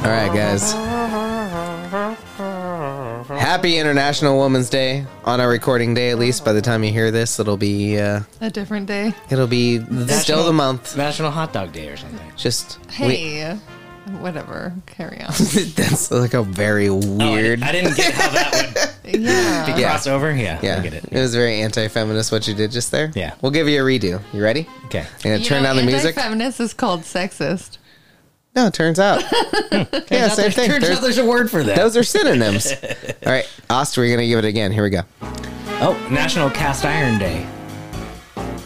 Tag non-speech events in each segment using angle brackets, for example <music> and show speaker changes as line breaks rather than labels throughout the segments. guys. Happy International Women's Day on our recording day, at least. By the time you hear this, it'll be uh,
A different day.
it'll be still
National-
the month.
National Hot Dog Day or something.
Just we-
Hey, whatever.
<laughs>
Carry on.
that's like a very
Oh, I di-
weird.
I, didn't get how that
yeah.
<laughs>
would
Yeah.
cross over. Yeah,
yeah,
I get it.
was very anti-feminist what you did just there.
Yeah.
we'll give you a redo. You ready?
Okay.
I'm gonna
You
turn
know,
down the music.
Anti-feminist is called sexist.
No, it turns
<laughs>
out. Hmm. yeah, same
There's-
thing.
Turns
There's-
out there's a word for that.
those are synonyms.
<laughs>
All right, Ost, we're gonna give it again. Here we go.
oh, National Cast Iron Day.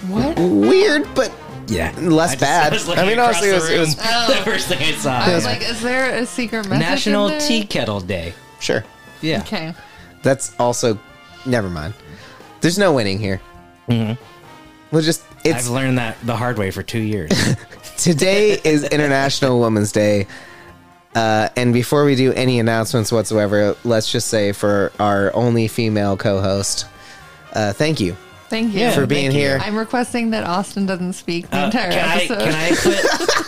What?
Weird, but
Yeah,
Less bad. I mean, honestly, it was- it was-
<laughs>
Oh
the first thing I saw.
I was like, is there a secret message? in
National
there?
Tea Kettle Day.
sure.
Yeah.
Okay.
That's also. Never mind. There's no winning here. Mm-hmm. We'll just.
I've
It's
learned <laughs> that the hard way for
<laughs>
two years.
today is International Women's Day. Uh, and before we do any announcements whatsoever, let's just say for our only female co-host, uh, thank you <laughs>
Thank you
Yeah,
for being
thank you.
here.
I'm requesting that Austin doesn't speak the
Uh,
entire
can, I,
episode.
can I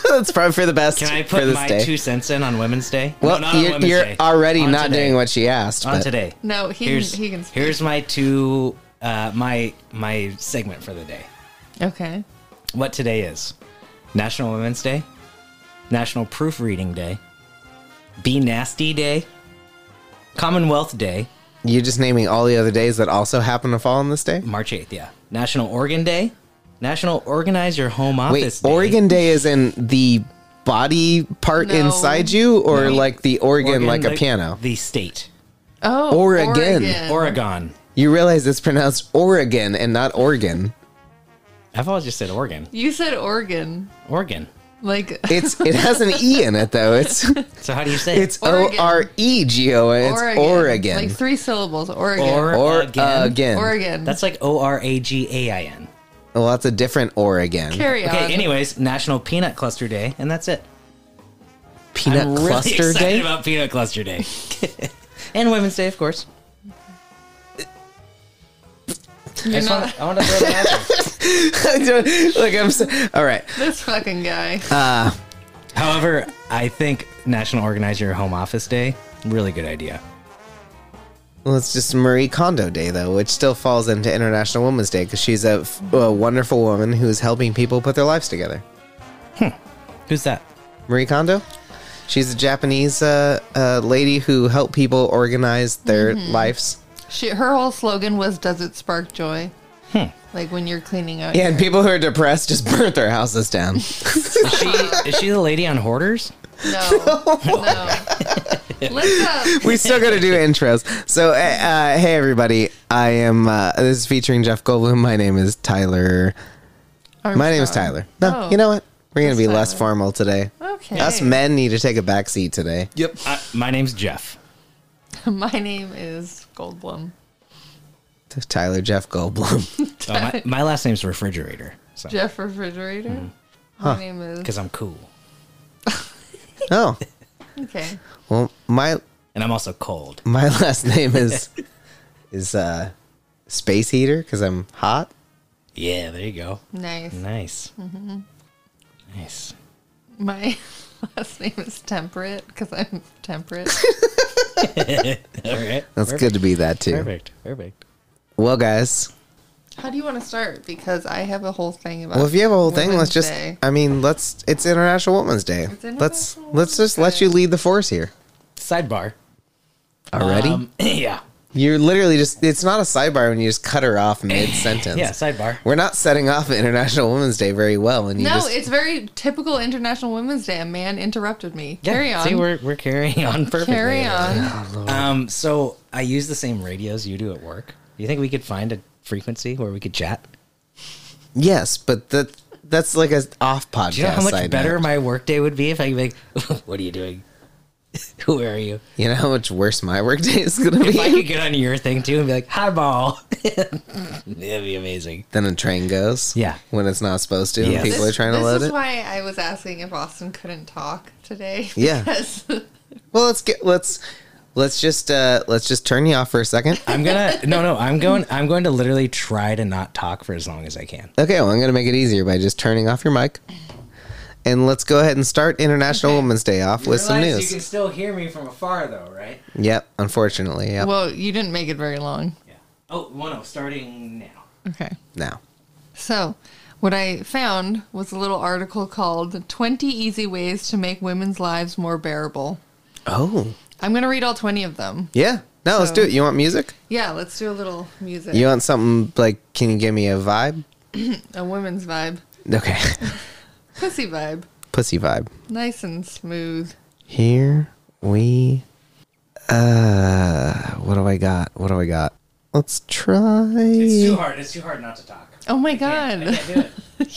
put
That's probably for the best.
can
<laughs>
I
for
put
this
my
day.
two cents in on Women's Day? No,
Well,
not on
you're,
Women's
you're
Day.
already
On
not
today.
doing what she asked.
on
but-
today.
No, he can-
here's,
he can speak.
Here's my two uh, my my segment for the day.
okay.
What today is? National Women's Day, National Proofreading Day, Be Nasty Day, Commonwealth Day,
You're just naming all the other days that also happen to fall on this day.
March 8th, yeah. National Organ Day, National Organize Your Home
Wait,
Office Day.
Oregon Day is in the body part
No.
inside you, or
No.
like the organ,
Oregon,
like a
the-
piano?
The state.
Oh,
Oregon.
Oregon.
You realize it's pronounced Oregon and not Oregon.
I've always just said Oregon.
you said Oregon.
Oregon.
Like
It's it has an e in it though.
<laughs>
It's
So how do you say it?
it's O
Oregon.
R E G O N. It's
<laughs> Oregon. Like
Oregon.
three syllables. Oregon.
Or-
Or
Oregon.
again.
Oregon.
That's like O R A G A I N.
Well, that's a different Oregon.
carry on.
Okay, anyways, National Peanut Cluster Day, and that's it.
Peanut
I'm really
cluster
excited
day. <laughs>
about Peanut Cluster Day. <laughs> and Women's Day, of course. I,
You're
just
not-
wanna- I wanna throw that out there.
Look, I'm so, all right.
this fucking guy.
<laughs> However, I think National Organize Your Home Office Day, really good idea.
Well, it's just Marie Kondo Day, though, which still falls into International Women's Day because she's a, f- a wonderful woman who's helping people put their lives together.
Who's that?
Marie Kondo? She's a Japanese uh, uh, lady who helped people organize their
Mm-hmm.
lives.
She, her whole slogan was "Does it spark joy?"
Hmm.
Like when you're cleaning out.
Yeah, <laughs>
your-
and people who are depressed just <laughs> burnt their houses down. <laughs>
Is she, is she the lady
<laughs>
on Hoarders?
No. no. Let's uh,
we still got to do intros. So, uh, uh, hey, everybody. I am, uh, this is featuring Jeff Goldblum. My name is Tyler. My name is
Armstrong.
Tyler. No,
Oh.
you know what? We're going to be less
Tyler.
formal today.
Okay.
Us men need to take a back seat today.
Yep. I, my name's Jeff.
<laughs> My name is Goldblum.
Tyler Jeff Goldblum. <laughs>
Oh, my, my last name's Refrigerator. So,
Jeff Refrigerator.
Hmm.
My name is.
because I'm cool.
oh,
Okay.
well, my
And I'm also cold.
my <laughs> last name is is uh space heater because I'm hot.
Yeah, there you go.
Nice.
Nice.
Mm-hmm.
Nice. <laughs>
My <laughs> last name is Temperate because I'm
<laughs>
temperate.
All right.
That's good to be that too.
Perfect. Perfect.
Well, guys,
How do you want to start? Because I have a whole thing about.
well, if you have a whole thing, let's
Women's
just.
Day.
I mean, let's. It's International Women's Day. let's
International
let's just
Women's
let
Day.
you lead the force here.
Sidebar.
Already,
Um, <clears throat> yeah.
you're literally just. It's not a sidebar when you just cut her off mid sentence.
Yeah, sidebar.
We're not setting off <laughs> International Women's Day very well, when you
No,
just
it's very typical International Women's Day. A man interrupted me.
Yeah,
Carry on.
See, we're, we're carrying <laughs> on perfectly.
Carry on.
Um, so I use the same radios you do at work. You think we could find a frequency where we could chat?
yes, but that that's like a off podcast.
Do you know how much
side
better
note.
my work day would be if I could be like, <laughs> what are you doing? Who are you?
You know how much worse my workday is gonna
If I
be
could get on your thing too and be like, hi, ball. <laughs> That'd be amazing.
than a train goes.
Yeah.
When it's not supposed to.
Yes.
And people
This-
are trying to
this
load
is
it.
why I was asking if Austin couldn't talk today. <laughs>
Yeah.
Because
well let's get let's let's just uh let's just turn you off for a second.
I'm gonna <laughs> no no I'm going I'm going to literally try to not talk for as long as I can.
Okay, well I'm gonna make it easier by just turning off your mic. and let's go ahead and start International
Okay.
Women's Day off with some
Realize You can
news.
still hear me from afar, though, right?
Yep, unfortunately, yep.
Well, you didn't make it very long.
Yeah. Oh, one oh, starting now.
Okay.
now,
So, what I found was a little article called 20 Easy Ways to Make Women's Lives More Bearable.
oh
I'm going to read all 20 of them.
yeah, no, let's
So-
do it. You want music?
Yeah, let's do a little music.
You want something like? Can you give me a vibe?
A woman's vibe.
Okay, <laughs>
Pussy vibe.
pussy vibe.
Nice and smooth.
Here we. Uh, what do I got? What do I got? Let's try.
It's too hard. It's too hard not to talk.
Oh my
Can't- I
god.
can't do it.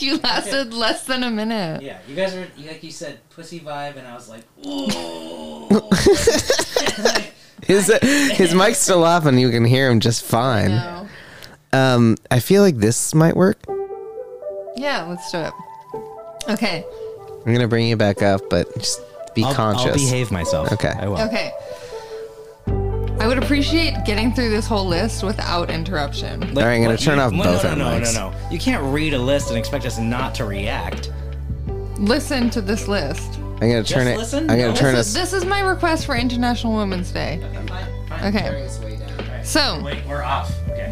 <laughs> you lasted less than a minute.
Yeah, you guys are like you said, pussy vibe, and I was like, ooh.
<laughs> His his mic's still off, and you can hear him just fine.
No.
Um, I feel like this might work.
Yeah, let's do it. Okay.
I'm gonna bring you back up, but just be conscious.
myself.
Okay. I
will.
Okay. I would appreciate getting through this whole list without interruption.
All right, I'm gonna turn off
no,
both
no,
our
no,
mics.
No, no, no. You can't read a list and expect us not to react.
Listen to this list.
I'm gonna turn it.
listen?
I'm gonna
No.
turn
So
us.
this is my request for International Women's Day.
Okay. Fine, fine.
Okay. So,
Wait, we're off. Okay.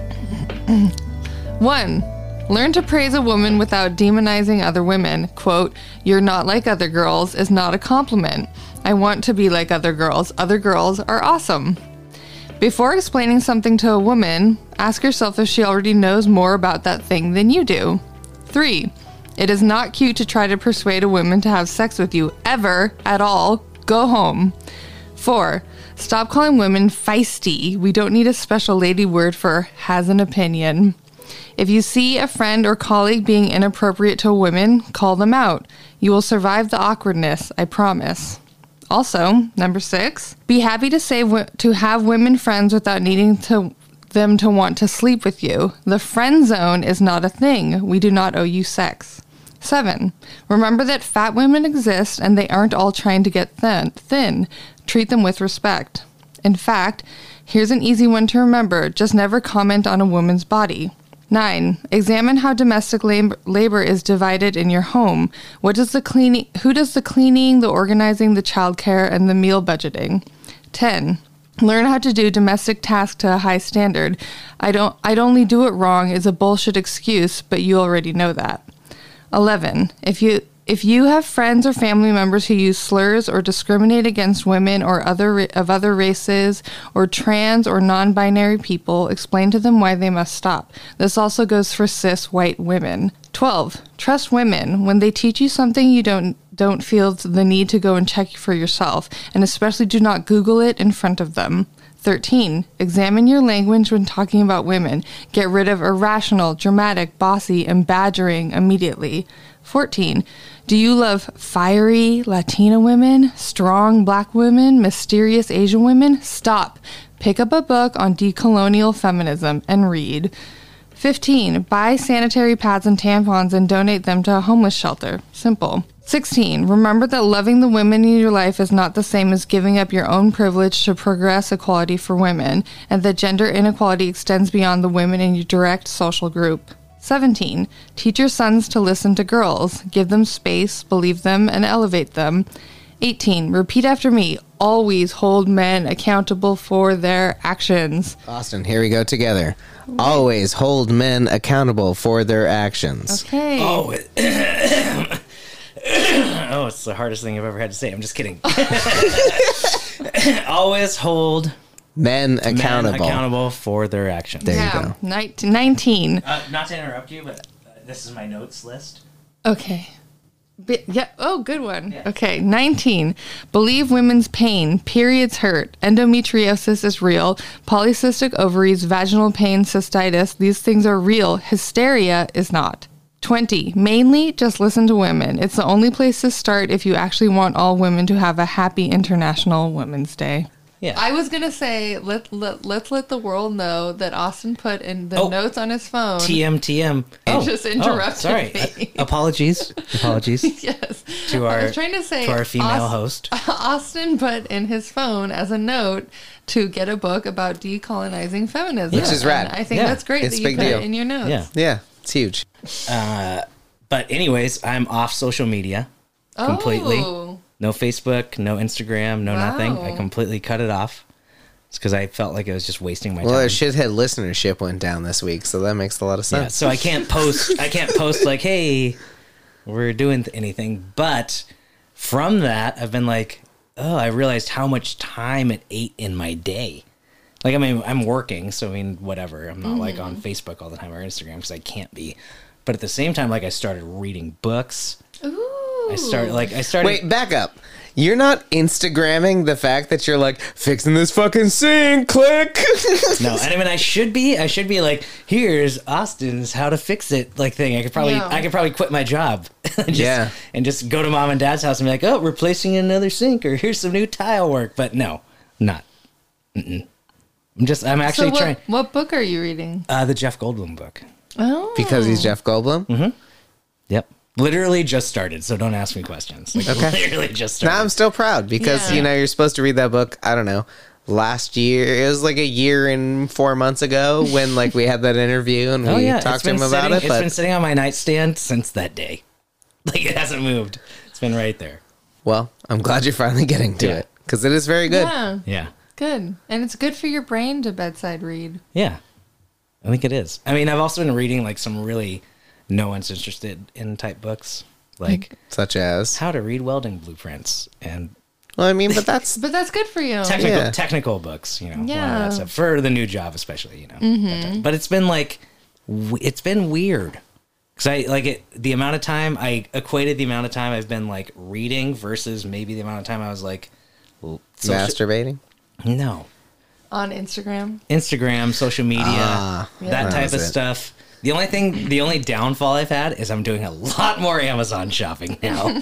one, learn to praise a woman without demonizing other women. Quote, You're not like other girls is not a compliment. I want to be like other girls. Other girls are awesome. Before explaining something to a woman, ask yourself if she already knows more about that thing than you do. Three, it is not cute to try to persuade a woman to have sex with you ever at all. Go home. Four, stop calling women feisty. We don't need a special lady word for has an opinion. If you see a friend or colleague being inappropriate to women, call them out. You will survive the awkwardness, I promise. Also, number six, be happy to say wo- to have women friends without needing to them to want to sleep with you. The friend zone is not a thing. We do not owe you sex. Seven, remember that fat women exist and they aren't all trying to get thin. Thin. Treat them with respect. In fact, here's an easy one to remember: just never comment on a woman's body. 9. Examine how domestic lab- labor is divided in your home. What does the cleaning who does the cleaning, the organizing, the childcare and the meal budgeting? 10. Learn how to do domestic tasks to a high standard. I don't I'd only do it wrong is a bullshit excuse, but you already know that. 11. If you if you have friends or family members who use slurs or discriminate against women or other of other races or trans or non-binary people, explain to them why they must stop. This also goes for cis white women. 12. Trust women when they teach you something you don't don't feel the need to go and check for yourself, and especially do not google it in front of them. 13. Examine your language when talking about women. Get rid of irrational, dramatic, bossy, and badgering immediately. 14. Do you love fiery Latina women, strong black women, mysterious Asian women? Stop. Pick up a book on decolonial feminism and read. 15. Buy sanitary pads and tampons and donate them to a homeless shelter. Simple. 16. Remember that loving the women in your life is not the same as giving up your own privilege to progress equality for women, and that gender inequality extends beyond the women in your direct social group. 17. Teach your sons to listen to girls, give them space, believe them, and elevate them. 18. Repeat after me always hold men accountable for their actions.
Austin, here we go together. Always hold men accountable for their actions.
Okay.
Oh, it- <coughs> oh, it's the hardest thing I've ever had to say. I'm
<laughs>
just kidding. <coughs> Always hold
Men accountable.
men accountable for their actions.
There you
yeah.
go.
Nin- 19.
Uh, not to interrupt you, but uh, this is my notes list.
Okay. Bi- yeah. Oh, good one.
Yeah.
Okay. 19. Believe women's pain. Periods hurt. Endometriosis is real. Polycystic ovaries, vaginal pain, cystitis. These things are real. Hysteria is not. 20. Mainly just listen to women. It's the only place to start if you actually want all women to have a happy International Women's Day.
Yeah.
I was going to say, let, let, let's let the world know that Austin put in the
Oh.
notes on his phone.
TM TM.
just interrupted
Oh. sorry.
me. <laughs>
Uh, apologies.
<laughs>
Apologies
yes.
to our
I was trying to say
to our female
Aus-
host.
<laughs> Austin put in his phone as a note to get a book about decolonizing feminism,
Which is rad.
And I think
Yeah.
that's great
It's
that you
big
put
deal.
it in your notes.
Yeah.
Yeah, it's huge.
But anyways, I'm off social media. completely.
Oh.
No Facebook, no Instagram, no nothing. I
Wow.
completely cut it off. It's because I felt like I was just wasting my
Well, our
time.
shithead listenership went down this week, so that makes a lot of
Yeah,
sense.
so I can't post. I can't post like, hey, we're doing th- anything. But from that, I've been like, oh, I realized how much time it ate in my day. Like, I mean, I'm working, so I mean, whatever. I'm not like on Facebook all the time or Instagram because I can't be. But at the same time, like, I started reading books.
Ooh.
I started like I started.
Wait, back up. You're not Instagramming the fact that you're like fixing this fucking sink. Click. <laughs>
No, and I mean I should be I should be like here's Austin's how to fix it like thing. I could probably
Yeah.
I could probably quit my job. <laughs> and just,
Yeah.
And just go to mom and dad's house and be like, "Oh, replacing another sink or here's some new tile work." But no, not. Mm-mm. I'm just I'm
So
actually
what,
trying
what book are you reading?
uh, the Jeff Goldblum book.
Oh.
because he's Jeff Goldblum.
Mm-hmm. Yep. Literally just started, so don't ask me questions. Like
Okay.
literally just started.
Now I'm still proud because
Yeah.
you know you're supposed to read that book. I don't know. Last year, it was like a year and four months ago when like we had that interview and
<laughs> Oh
we
yeah, it's
talked to
been
him about
sitting-
it.
It's
But
been sitting on my nightstand since that day. <laughs> Like it hasn't moved. It's been right there.
well, I'm glad you're finally getting to
Yeah.
it because it is very good.
Yeah.
Yeah.
Good. And it's good for your brain to bedside read.
Yeah. I think it is. I mean, I've also been reading like some really no one's interested in type books, like
Such as,
how to read welding blueprints and
well, I mean, but that's
But that's good for you.
technical
Yeah.
technical books, you know, a lot of
Yeah.
that stuff for the new job especially, you know. that type. But it's been like w- it's been weird. Cuz I like it the amount of time I equated the amount of time I've been like reading versus maybe the amount of time I was like l- social-
masturbating.
No.
On Instagram.
Instagram, social media,
Ah,
Yeah.
that type
that
of
was it.
stuff. The only thing, the only downfall I've had is I'm doing a lot more Amazon shopping
<laughs>
now.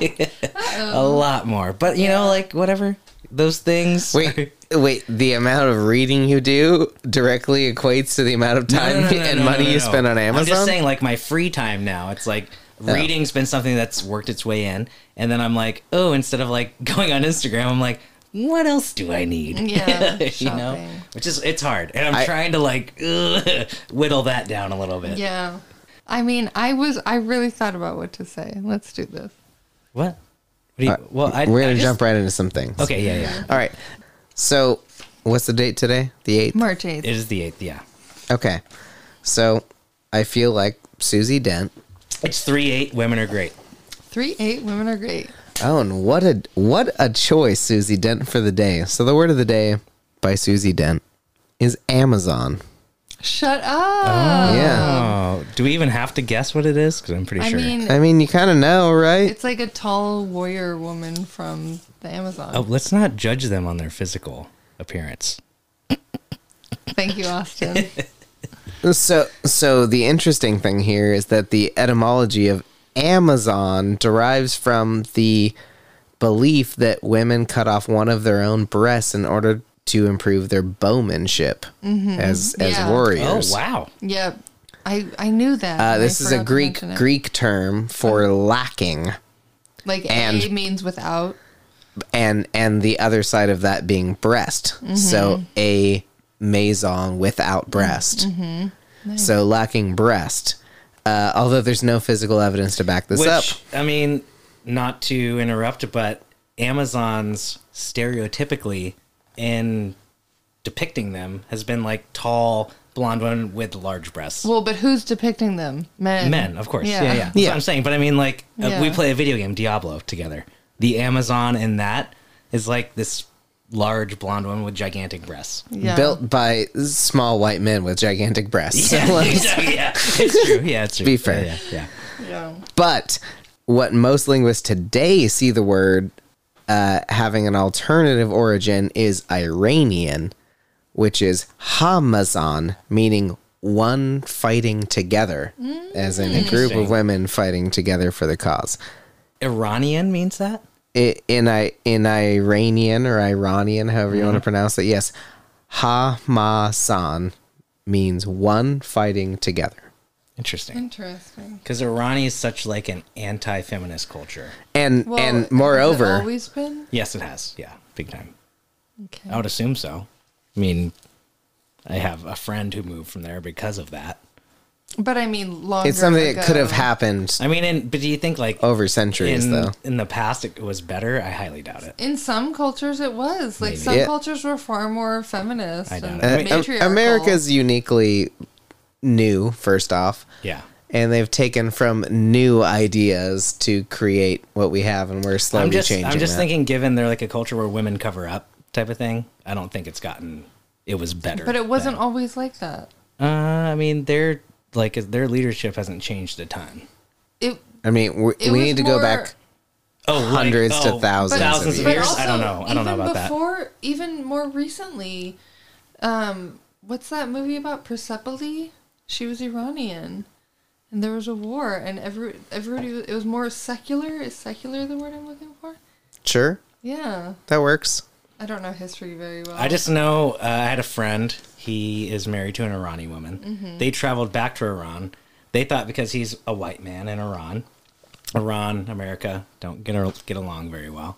a lot more. But, you know, like, whatever. Those things. <laughs>
Wait, wait. The amount of reading you do directly equates to the amount of
No,
time
no, no, no,
<laughs> and
no,
money
no,
you
no.
spend on Amazon.
I'm just saying, like, my free time now, it's like reading's been something that's worked its way in. And then I'm like, oh, instead of like <laughs> going on Instagram, I'm like, what else do I need?
Yeah,
<laughs> you know,
shopping.
which is it's hard, and I'm
I-
trying to like <laughs> whittle that down a little bit.
Yeah. I mean, I was, I really thought about what to say. Let's do this.
What? what do you, well, I,
Uh, We're
I
gonna
just-
jump right into some things.
Okay, yeah, yeah.
All right. So, what's the date today? The eighth.
March 8th.
It is the eighth. Yeah,
Okay. So, I feel like Susie Dent.
it's three eight. Women are great.
3 8 women are great.
Oh, and what a what a choice, Susie Dent for the day. So, the word of the day by Susie Dent is Amazon.
Shut up.
yeah.
Oh, do we even have to guess what it is? Because I'm pretty
Um, I
sure.
mean,
I mean, you kind of know, right?
it's like a tall warrior woman from the Amazon.
oh, let's not judge them on their physical appearance.
Thank
<laughs>
you, Austin.
So, so the interesting thing here is that the etymology of Amazon derives from the belief that women cut off one of their own breasts in order to improve their bowmanship as as
Yeah.
warriors.
Oh wow.
yep. I, I knew that.
Uh,
and I
this is
forgot
a
to
Greek
mention it.
Greek term for lacking,
Like,
and-
A means without.
and and the other side of that being breast. So a maison without breast. So lacking breast. Uh, although there's no physical evidence to back this
Which
up.
I mean, not to interrupt, but Amazon's stereotypically in depicting them has been like tall blonde women with large breasts.
Well, but who's depicting them? Men.
Men, of course. Yeah, yeah. That's
Yeah.
what I'm saying. But I mean, like, uh, we
Yeah.
play a video game, Diablo, together. The Amazon in that is like this large blonde woman with gigantic
<laughs>
breasts.
Yeah.
built by small white men with gigantic breasts. <laughs>
Yeah, <laughs> exactly, yeah. it's true. Yeah, it's true.
Be fair.
Yeah, yeah,
Yeah.
But what most linguists today see the word uh, having an alternative origin is Iranian, which is Hamazan, meaning one fighting together, as in a group of
Interesting.
women fighting together for the cause.
yeah. Iranian means that?
I- in I in Iranian or Iranian, however you want to pronounce it. Yes, Hamasan means one fighting together,
Interesting.
Interesting.
Because Iran is such like an anti feminist culture.
and
Well, has
and
it
moreover,
always been.
Yes, it has. Yeah, big time.
Okay.
I
Oh.
would assume so. I mean, I have a friend who moved from there because of that.
But I mean, longer.
It's something
ago.
that could have happened
I mean, and, but do you think like
over centuries,
in
though.
in the past it was better? I highly doubt it.
In some cultures, it was like
Maybe.
some
Yeah.
cultures were far more feminist.
I
and
doubt it.
Uh, Am-
matriarchal.
America's uniquely new, first off,
Yeah,
and they've taken from new ideas to create what we have, and we're slowly
I'm just
changing.
I'm just
that.
thinking, given they're like a culture where women cover up type of thing, I don't think it's gotten it was better.
but it wasn't always like that.
then. Uh, I mean, their like their leadership hasn't changed a ton.
It
I mean, we,
It
we
was
need to go
more-
back.
Oh, like-
Hundreds to thousands of
thousands of
but
years.
also,
I don't know. I don't know
even
about that.
before, even more recently, um, what's that movie about Persepolis? She was Iranian, and there was a war, and every everybody was- it was more secular. Is secular the word I'm looking for?
Sure,
Yeah,
that works.
I don't know history very well.
I just know uh, I had a friend. He is married to an Irani woman. They traveled back to Iran. They thought because he's a white man in Iran, Iran, America don't get al- get along very well.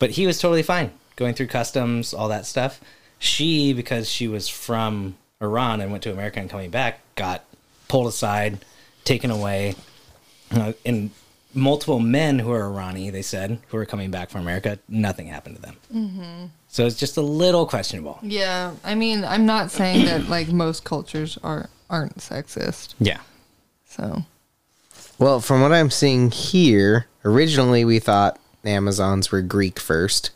But he was totally fine going through customs, all that stuff. She, because she was from Iran and went to America and coming back, got pulled aside, taken away, uh, and multiple men who are Irani, they said, who are coming back from America, nothing happened to them. So it's just a little questionable.
yeah, I mean, I'm not saying that like most cultures are aren't sexist.
Yeah.
So
Well, from what I'm seeing here, originally we thought Amazons were Greek first,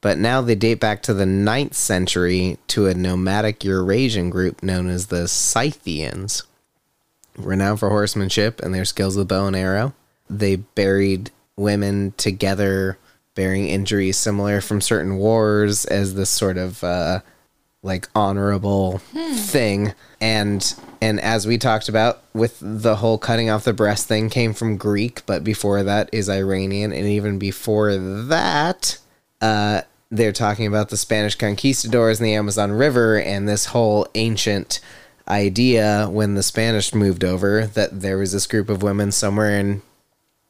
but now they date back to the 9th century to a nomadic Eurasian group known as the Scythians, renowned for horsemanship and their skills with bow and arrow. They buried women together, bearing injuries similar from certain wars as this sort of uh, like honorable thing and and as we talked about with the whole cutting off the breast thing came from greek but before that is iranian and even before that uh they're talking about the spanish conquistadors and the amazon river and this whole ancient idea when the spanish moved over that there was this group of women somewhere in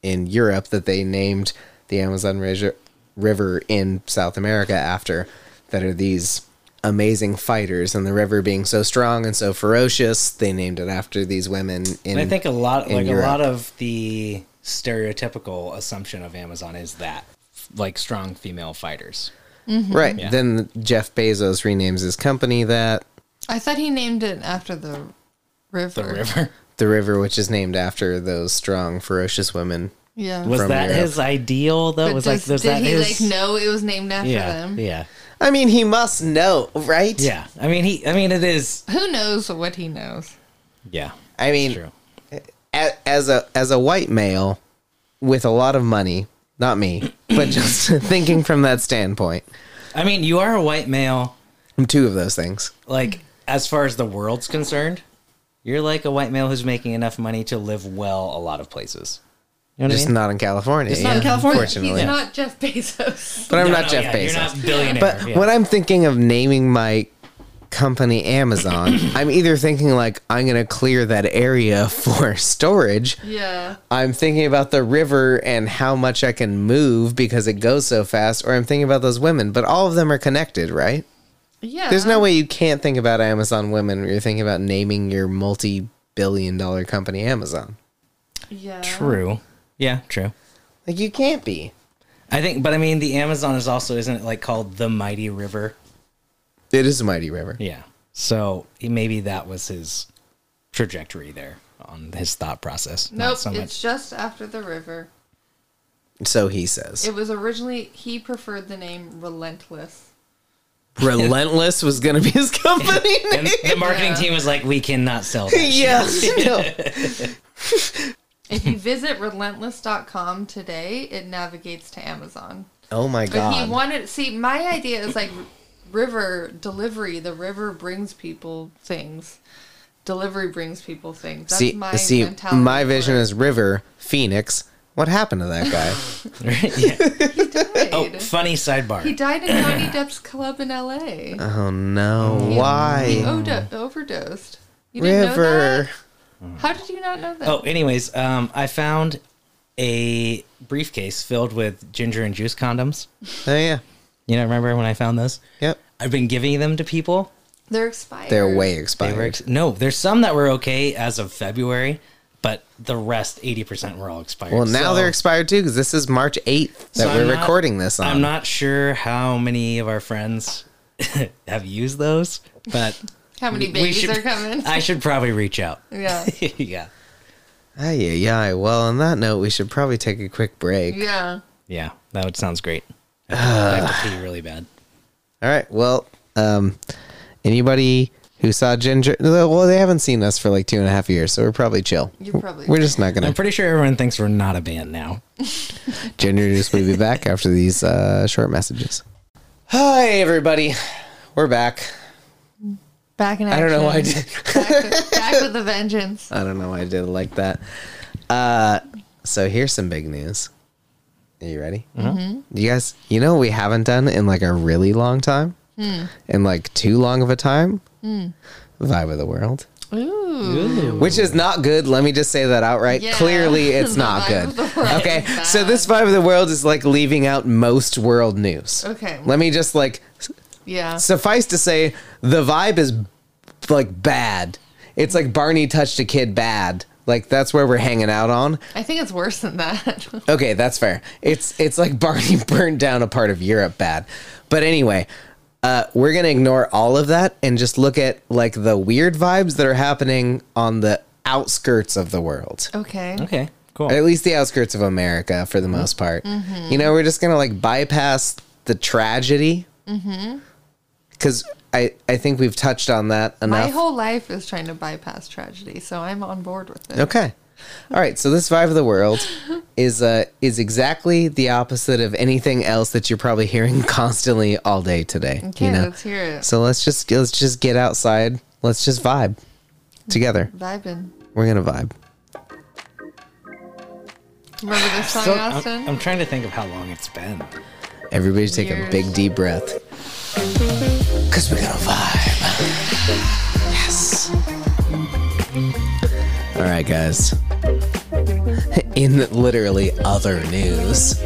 in Europe that they named the Amazon River- River in South America after, that are these amazing fighters, and the river being so strong and so ferocious, they named it after these women. In
And I think a lot
in
like
Europe.
a lot of the stereotypical assumption of Amazon is that like strong female fighters.
right then Jeff Bezos renames his company that
I thought he named it after the river.
The river.
the river, which is named after those strong, ferocious women.
Yeah.
<laughs> Was
From
that
Europe.
his ideal though?
But
was like
does-
was
did
that
he
his
like know it was named after
yeah,
them?
yeah.
I mean, he must know, right?
Yeah. I mean he I mean it is
Who knows what he knows?
Yeah.
I mean,
True.
a- as a as a white male with a lot of money, not me,
<laughs>
but just <laughs> thinking from that standpoint,
I mean you are a white male,
I'm two of those things.
like as far as the world's concerned, you're like a white male who's making enough money to live well a lot of places. You know what
Just
I mean?
not in California.
Just not in California.
Fortunately.
He's not Jeff Bezos.
But I'm
No,
not
no,
Jeff
yeah,
Bezos.
You're not billionaire.
but
yeah.
when I'm thinking of naming my company
<coughs>
Amazon, I'm either thinking like I'm going to clear that area <laughs> for storage.
<laughs> yeah.
I'm thinking about the river and how much I can move because it goes so fast, or I'm thinking about those women, but all of them are connected, right?
Yeah.
There's no way you can't think about Amazon women when you're thinking about naming your multi billion dollar company Amazon.
Yeah.
True. Yeah, true.
Like, you can't be.
I think, but I mean, the Amazon is also isn't it like called the mighty river?
It is a mighty river.
Yeah. So he- maybe that was his trajectory there on his thought process.
Nope.
Not so
it's
much.
just after the river.
So he says. <laughs>
It was originally he preferred the name Relentless.
Relentless was going to be his company <laughs>
And
name.
<laughs>
the marketing
Yeah.
team was like, "We cannot sell." That.
<laughs>
<laughs>
yeah, <laughs> no.
If you visit relentless.com today, it navigates to Amazon.
Oh my
But
god.
he wanted see my idea is like river delivery, the river brings people things. Delivery brings people things. That's
see,
my
see,
mentality
my
for
vision
it.
is River Phoenix. What happened to that
<sighs>
guy?
<laughs> died.
yeah. Oh, funny
He
sidebar.
died in
<clears throat>
Johnny Depp's club in L.A.
Uh-huh.
oh no, why?
Odo- overdosed. You didn't
River.
know that? How did you not know that?
Oh, anyways, um, I found a briefcase filled with ginger and juice condoms.
Oh yeah.
You know, remember when I found those?
Yep.
I've been giving them to people,
They're expired.
They're way
They were
expired.
ex- no, there's some that were okay as of February, but the rest, 80% were all expired.
well, now
So-
they're expired too because this is March 8th that
so I'm
we're
not-
recording this on.
I'm not sure how many of our friends <laughs> have used those, but
How many babies are coming?
I should probably reach out.
<laughs> yeah.
yeah.
Ay, ay, ay. Well, on that note, we should probably take a quick break.
Yeah.
Yeah. That would, sounds great.
<sighs>
I have to- I have to pee really bad.
All right. Well, um, anybody who saw Ginger, well, they haven't seen us for like two and a half years, so we're probably chill.
You're probably
We're just not
I'm <laughs>
gonna.
pretty sure everyone thinks we're not a band now.
Ginger just will be back after these uh, short messages. Hi, everybody. We're back.
Back in
I
action.
don't know why I did.
back, with, back with a vengeance.
I don't know why I did it like that. Uh, so here's some big news. Are you ready? Mm-hmm. You guys, you know what we haven't done in like a really long time,
Hmm.
in like too long of a time. Vibe of the world,
Ooh.
which is not good. Let me just say that outright.
Yeah. <laughs>
Clearly, it's
The
not
vibe
good.
of the world
Okay,
is
so
bad.
this vibe of the world is like leaving out most world news.
Okay.
let me just like
Yeah.
suffice to say, the vibe is like bad. It's like Barney touched a kid bad. Like that's where we're hanging out on.
I think it's worse than that.
Okay, that's fair. It's it's like Barney <laughs> burned down a part of Europe bad. But anyway, uh, we're gonna ignore all of that and just look at like the weird vibes that are happening on the outskirts of the world.
<laughs> okay.
Okay. Cool.
At least the outskirts of America for the most part.
Mm-hmm.
You know, we're just gonna like bypass the tragedy.
Mm-hmm.
Because I I think we've touched on that enough.
My whole life is trying to bypass tragedy, so I'm on board with it.
Okay. All right. So this vibe of the
<laughs>
world is uh is exactly the opposite of anything else that you're probably hearing <laughs> constantly all day today.
Okay,
you know?
let's hear it.
So let's just let's just get outside. Let's just vibe together.
Vibing.
We're gonna vibe.
Remember this song,
So, um, I'm,
Austin?
I'm trying to think of how long it's been.
Everybody take a
Years.
big deep breath. Cause we're gonna vibe. Yes. All right, guys. In literally other <laughs> news,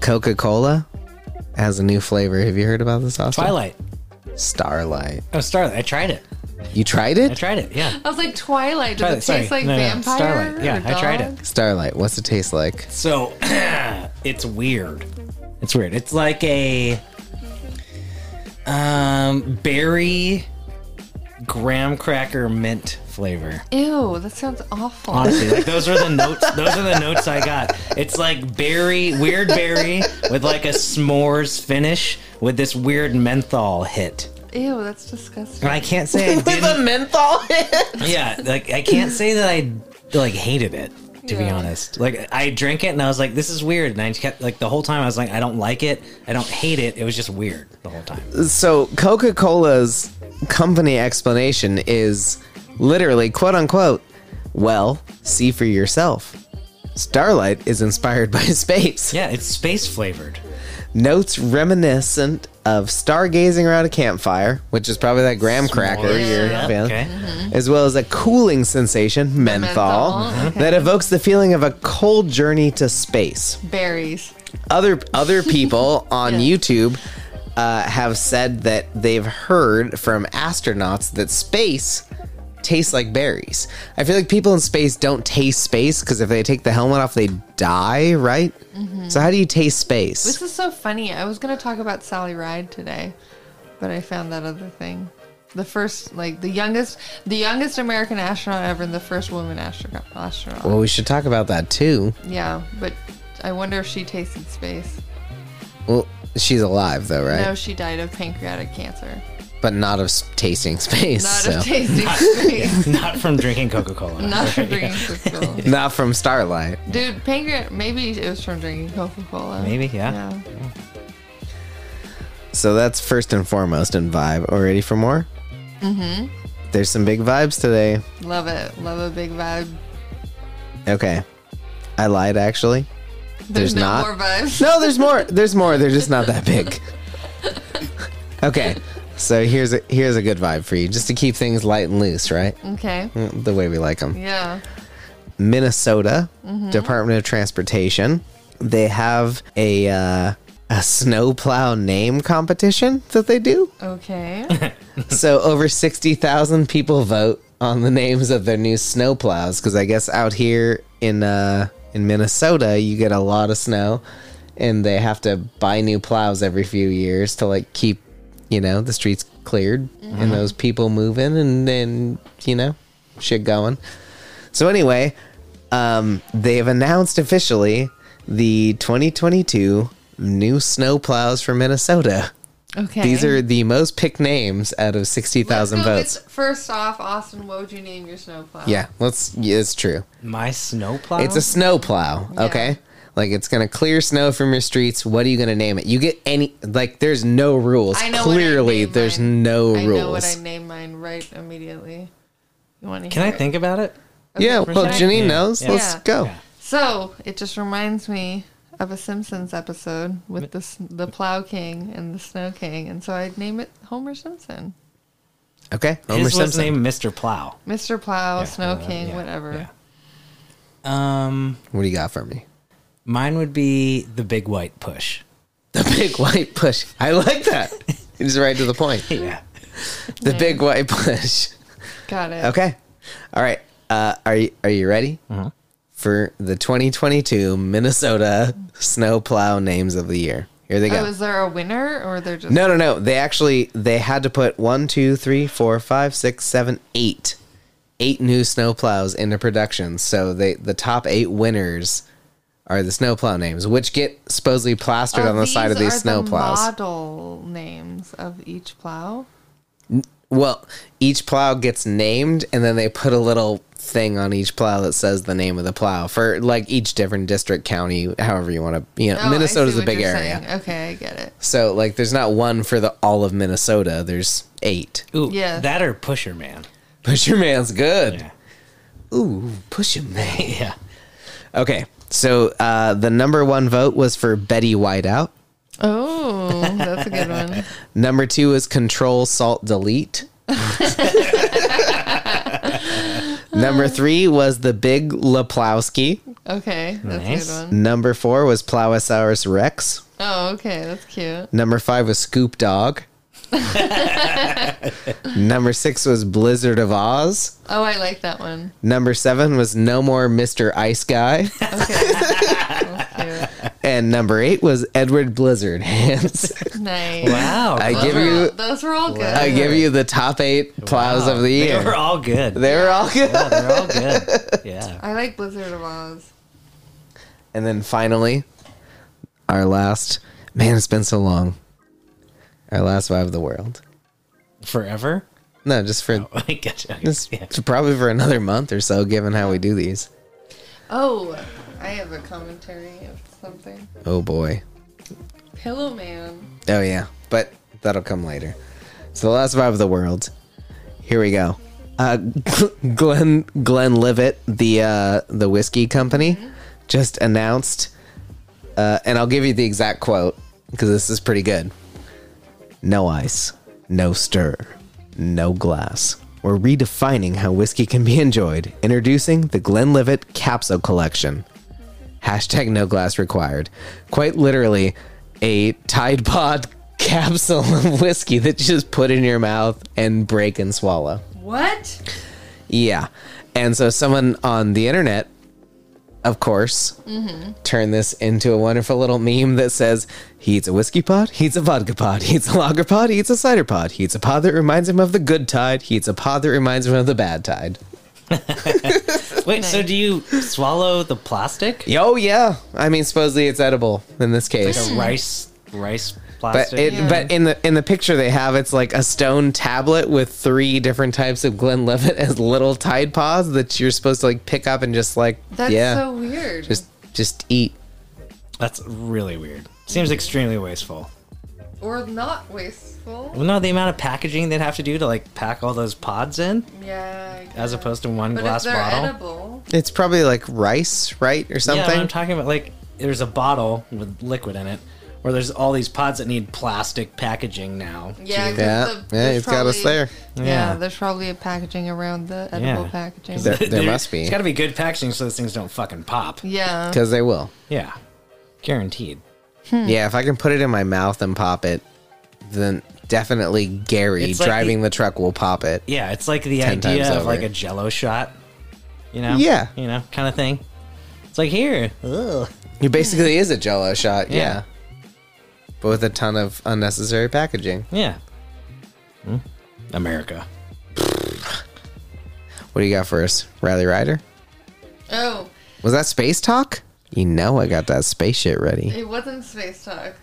Coca Cola has a new flavor. Have you heard about this, Austin?
Twilight.
Starlight.
Oh, Starlight. I tried it.
You tried
I
it?
tried it. Yeah.
I was like Twilight. Does
Twilight,
it taste
sorry.
like
No, no,
vampire?
Starlight. Yeah,
or
I tried
dog?
Starlight. What's it taste like?
So <clears throat> it's weird. It's weird. It's like a um berry graham cracker mint flavor.
Ew, that sounds awful.
Honestly, like those are the notes. Those are the notes I got. It's like berry, weird berry with like a s'mores finish with this weird menthol hit.
Ew, that's disgusting.
And I
<laughs>
can't say I didn't.
menthol
yeah, like I can't say that I like hated it. To be
Yeah.
honest, like I drank it and I was like, "This is weird," and I just kept like the whole time I was like, "I don't like it. I don't hate it. It was just weird the whole time."
so Coca Cola's company explanation is literally, quote unquote, well, see for yourself. Starlight is inspired <laughs> by space.
Yeah, it's space flavored.
Notes reminiscent of stargazing around a campfire, which is probably that graham cracker
S'mores,
you're
yeah,
feeling,
okay.
as well as a cooling sensation, menthol,
menthol, okay.
that evokes the feeling of a cold journey to space
Berries.
other other
<laughs>
people on
Yeah.
YouTube uh, have said that they've heard from astronauts that space tastes like berries. I feel like people in space don't taste space because if they take the helmet off, they die, right?
Mm-hmm.
So how do you taste space?
This is so funny. I was gonna talk about Sally Ride today, but I found that other thing. The first, like the youngest, the youngest American astronaut ever, and the first woman astro- astronaut.
well, we should talk about that too.
Yeah, but I wonder if she tasted space.
Well, she's alive though, right?
No, she died of pancreatic cancer,
but not of s- tasting <laughs> space.
not
so.
of tasting
<laughs>
space,
Not from drinking Coca Cola.
not from drinking Coca-Cola.
<laughs> not from Starlight.
Dude, pancreas. Maybe it was from drinking Coca-Cola.
Maybe, yeah.
So that's first and foremost in vibe. Or ready for more? Mm-hmm. There's some big vibes today.
Yeah. Love it. Love a big vibe.
Okay. I lied actually. There's
There's, <laughs> no
not?
more vibes.
No, there's more. There's more. They're just not that big. Okay. So here's a here's a good vibe for you just to keep things light and loose, right?
Okay.
The way we like them.
Yeah.
Minnesota Department of Transportation. They have a uh, a snowplow name competition that they do. <laughs>
Okay.
so over 60,000 people vote on the names of their new snowplows because I guess out here in uh, in Minnesota you get a lot of snow and they have to buy new plows every few years to like keep you know the streets cleared and those people moving and then you know shit going. So anyway, um, they have announced officially the 2022 new snowplows for Minnesota.
Okay.
These are the most picked names out of sixty thousand votes.
First off, Austin, what would you name your snowplow?
Yeah, let's. Yeah, it's true.
My snowplow.
It's a snowplow.
Oh. Yeah.
Okay, like it's gonna clear snow from your streets. What are you gonna name it? You get any? Like, there's no rules.
I know what I
Clearly,
named
there's
mine.
no
I
rules.
know what I named mine right immediately. You want to?
Can I think about it?
yeah,
Okay,
well,
can I-
Janine
Yeah,
knows.
yeah.
Let's
Yeah.
go.
Yeah.
So it just reminds me of a Simpsons episode with the s- the Plow King and the Snow King, and so I'd name it Homer Simpson,
Okay, Homer
His was
Simpson.
named Mr. Plow.
Mr. Plow,
Yeah,
Oh, Snow
uh,
King,
yeah,
whatever.
yeah. Um,
What do you got for me?
mine would be the Big White Push.
The big white push. I like that. It's right to the
<laughs>
point.
Yeah.
The big white push.
Got it.
Okay. All right. Uh, are you are you ready for the 2022 Minnesota snowplow names of the year? Here they go.
Oh, is there a winner or they're just
no, no, no. They actually they had to put one, two, three, four, five, six, seven, eight, eight new snowplows into production. So they the top eight winners are the snowplow names, which get supposedly plastered
Oh,
on the side of these
are the
snowplows.
Model names of each plow.
Well, each plow gets named, and then they put a little thing on each plow that says the name of the plow for like each different district, county, however you want to. You know,
Oh, I
Minnesota's
see
a
what
big
you're
area,
saying. Okay, I get it.
so like there's not one for the all of Minnesota. There's eight. <laughs>
Ooh,
Yes.
that or Pusher Man.
Push your man's good.
Yeah.
Ooh, push your man.
Yeah. <laughs>
Okay, so uh, the number one vote was for Betty Whiteout.
Oh, that's a good one.
Number two is Control Salt Delete. <laughs> Number three was the Big Laplowski.
<laughs> Okay, that's a
Nice.
good one.
Number four was Plowasaurus Rex.
Oh, okay, that's cute.
Number five was Scoop Dog.
<laughs>
Number six was Blizzard of Oz.
Oh, I like that one.
Number seven was No More Mr. Ice
<laughs>
Guy. <laughs>
Okay, that's
And number eight was Edward Blizzard <laughs> Hands.
cute. Nice.
Wow.
I
wow.
Those
give
were
you-
all- those were all good.
I give you the top eight plows of the year.
They were all good.
all good.
yeah, Oh, they're all good. Yeah.
I like Blizzard of Oz.
And then finally, our last. Man, it's been so long. Our last vibe of the world.
Forever? <laughs>
No, just for.
I gotcha.
It's
Oh, Yeah.
probably for another month or so, given how we do these.
Oh, I have a commentary of something.
Oh boy.
Pillow Man.
Oh yeah, but that'll come later. So the last vibe of the world. Here we go. Uh, <laughs> Glenn Glenn Livet, the uh, the whiskey company, just announced, uh, and I'll give you the exact quote because this is pretty good. No ice, no stir, no glass. We're redefining how whiskey can be enjoyed. Introducing the Glenlivet Capsule Collection. Hashtag no glass required. Quite literally, a Tide Pod <laughs> capsule of whiskey that you just put in your mouth and break and swallow.
What?
Yeah. And so someone on the internet, of course, turned this into a wonderful little meme that says he eats a whiskey pod, he eats a vodka pod, he eats a lager pod, he eats a cider pod, he eats a pod that reminds him of the good tide, he eats a pod that reminds him of the bad tide.
Wait, so do you swallow the plastic?
Oh yeah. I mean supposedly it's edible in this case.
Hmm.
Like a rice rice
But
plastic?
it,
Yeah.
but in the in the picture they have, it's like a stone tablet with three different types of Glenlivet as little Tide Pods that you're supposed to like pick up and just like
That's
yeah,
so weird.
just just eat.
That's really weird. Seems extremely wasteful.
or not wasteful.
Well, no, the amount of packaging they'd have to do to like pack all those pods in,
Yeah. I guess.
as opposed to one
But
glass
if they're
bottle.
edible,
It's probably like rice, right, or
Yeah,
something.
I'm talking about like there's a bottle with liquid in it, where there's all these pods that need plastic packaging now.
yeah, 'cause
Yeah.
the-
Yeah,
there's
it's got us there.
Yeah.
Yeah.
there's probably a packaging around the edible
Yeah.
packaging.
There- there must be.
It's got to be good packaging so those things don't fucking pop.
yeah,
Because they will.
Yeah, guaranteed.
Hmm.
Yeah, if I can put it in my mouth and pop it, then definitely Gary
It's like
driving the truck will pop it.
Yeah, it's like the
Ten
idea
times
of
over.
like a jello shot. You know?
Yeah.
You know, kind of thing. It's like here. Ugh.
It basically is a jello shot, yeah.
Yeah.
But with a ton of unnecessary packaging.
Yeah. Hmm? America.
What do you got for us? Riley Ryder?
Oh,
Was that space talk? You know I got that space shit ready.
it wasn't space talk.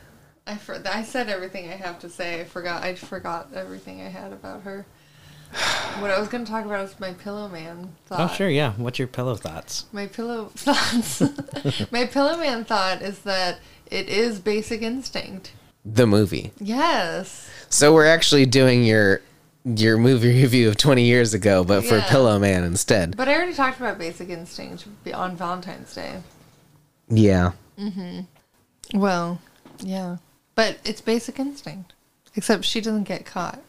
I for- I said everything I have to say. I forgot. I forgot everything I had about her. <sighs> What I was going to talk about is my pillow man
Oh
thought.
sure, yeah. What's your pillow thoughts?
My pillow <laughs> thoughts. my pillow man thought is that it is basic instinct.
The movie.
Yes.
So we're actually doing your your movie review of 20 years ago, but for
Yeah.
Pillow Man instead.
But I already talked about basic instinct on Valentine's Day.
Yeah.
Well, yeah. But it's basic instinct. Except she doesn't get caught.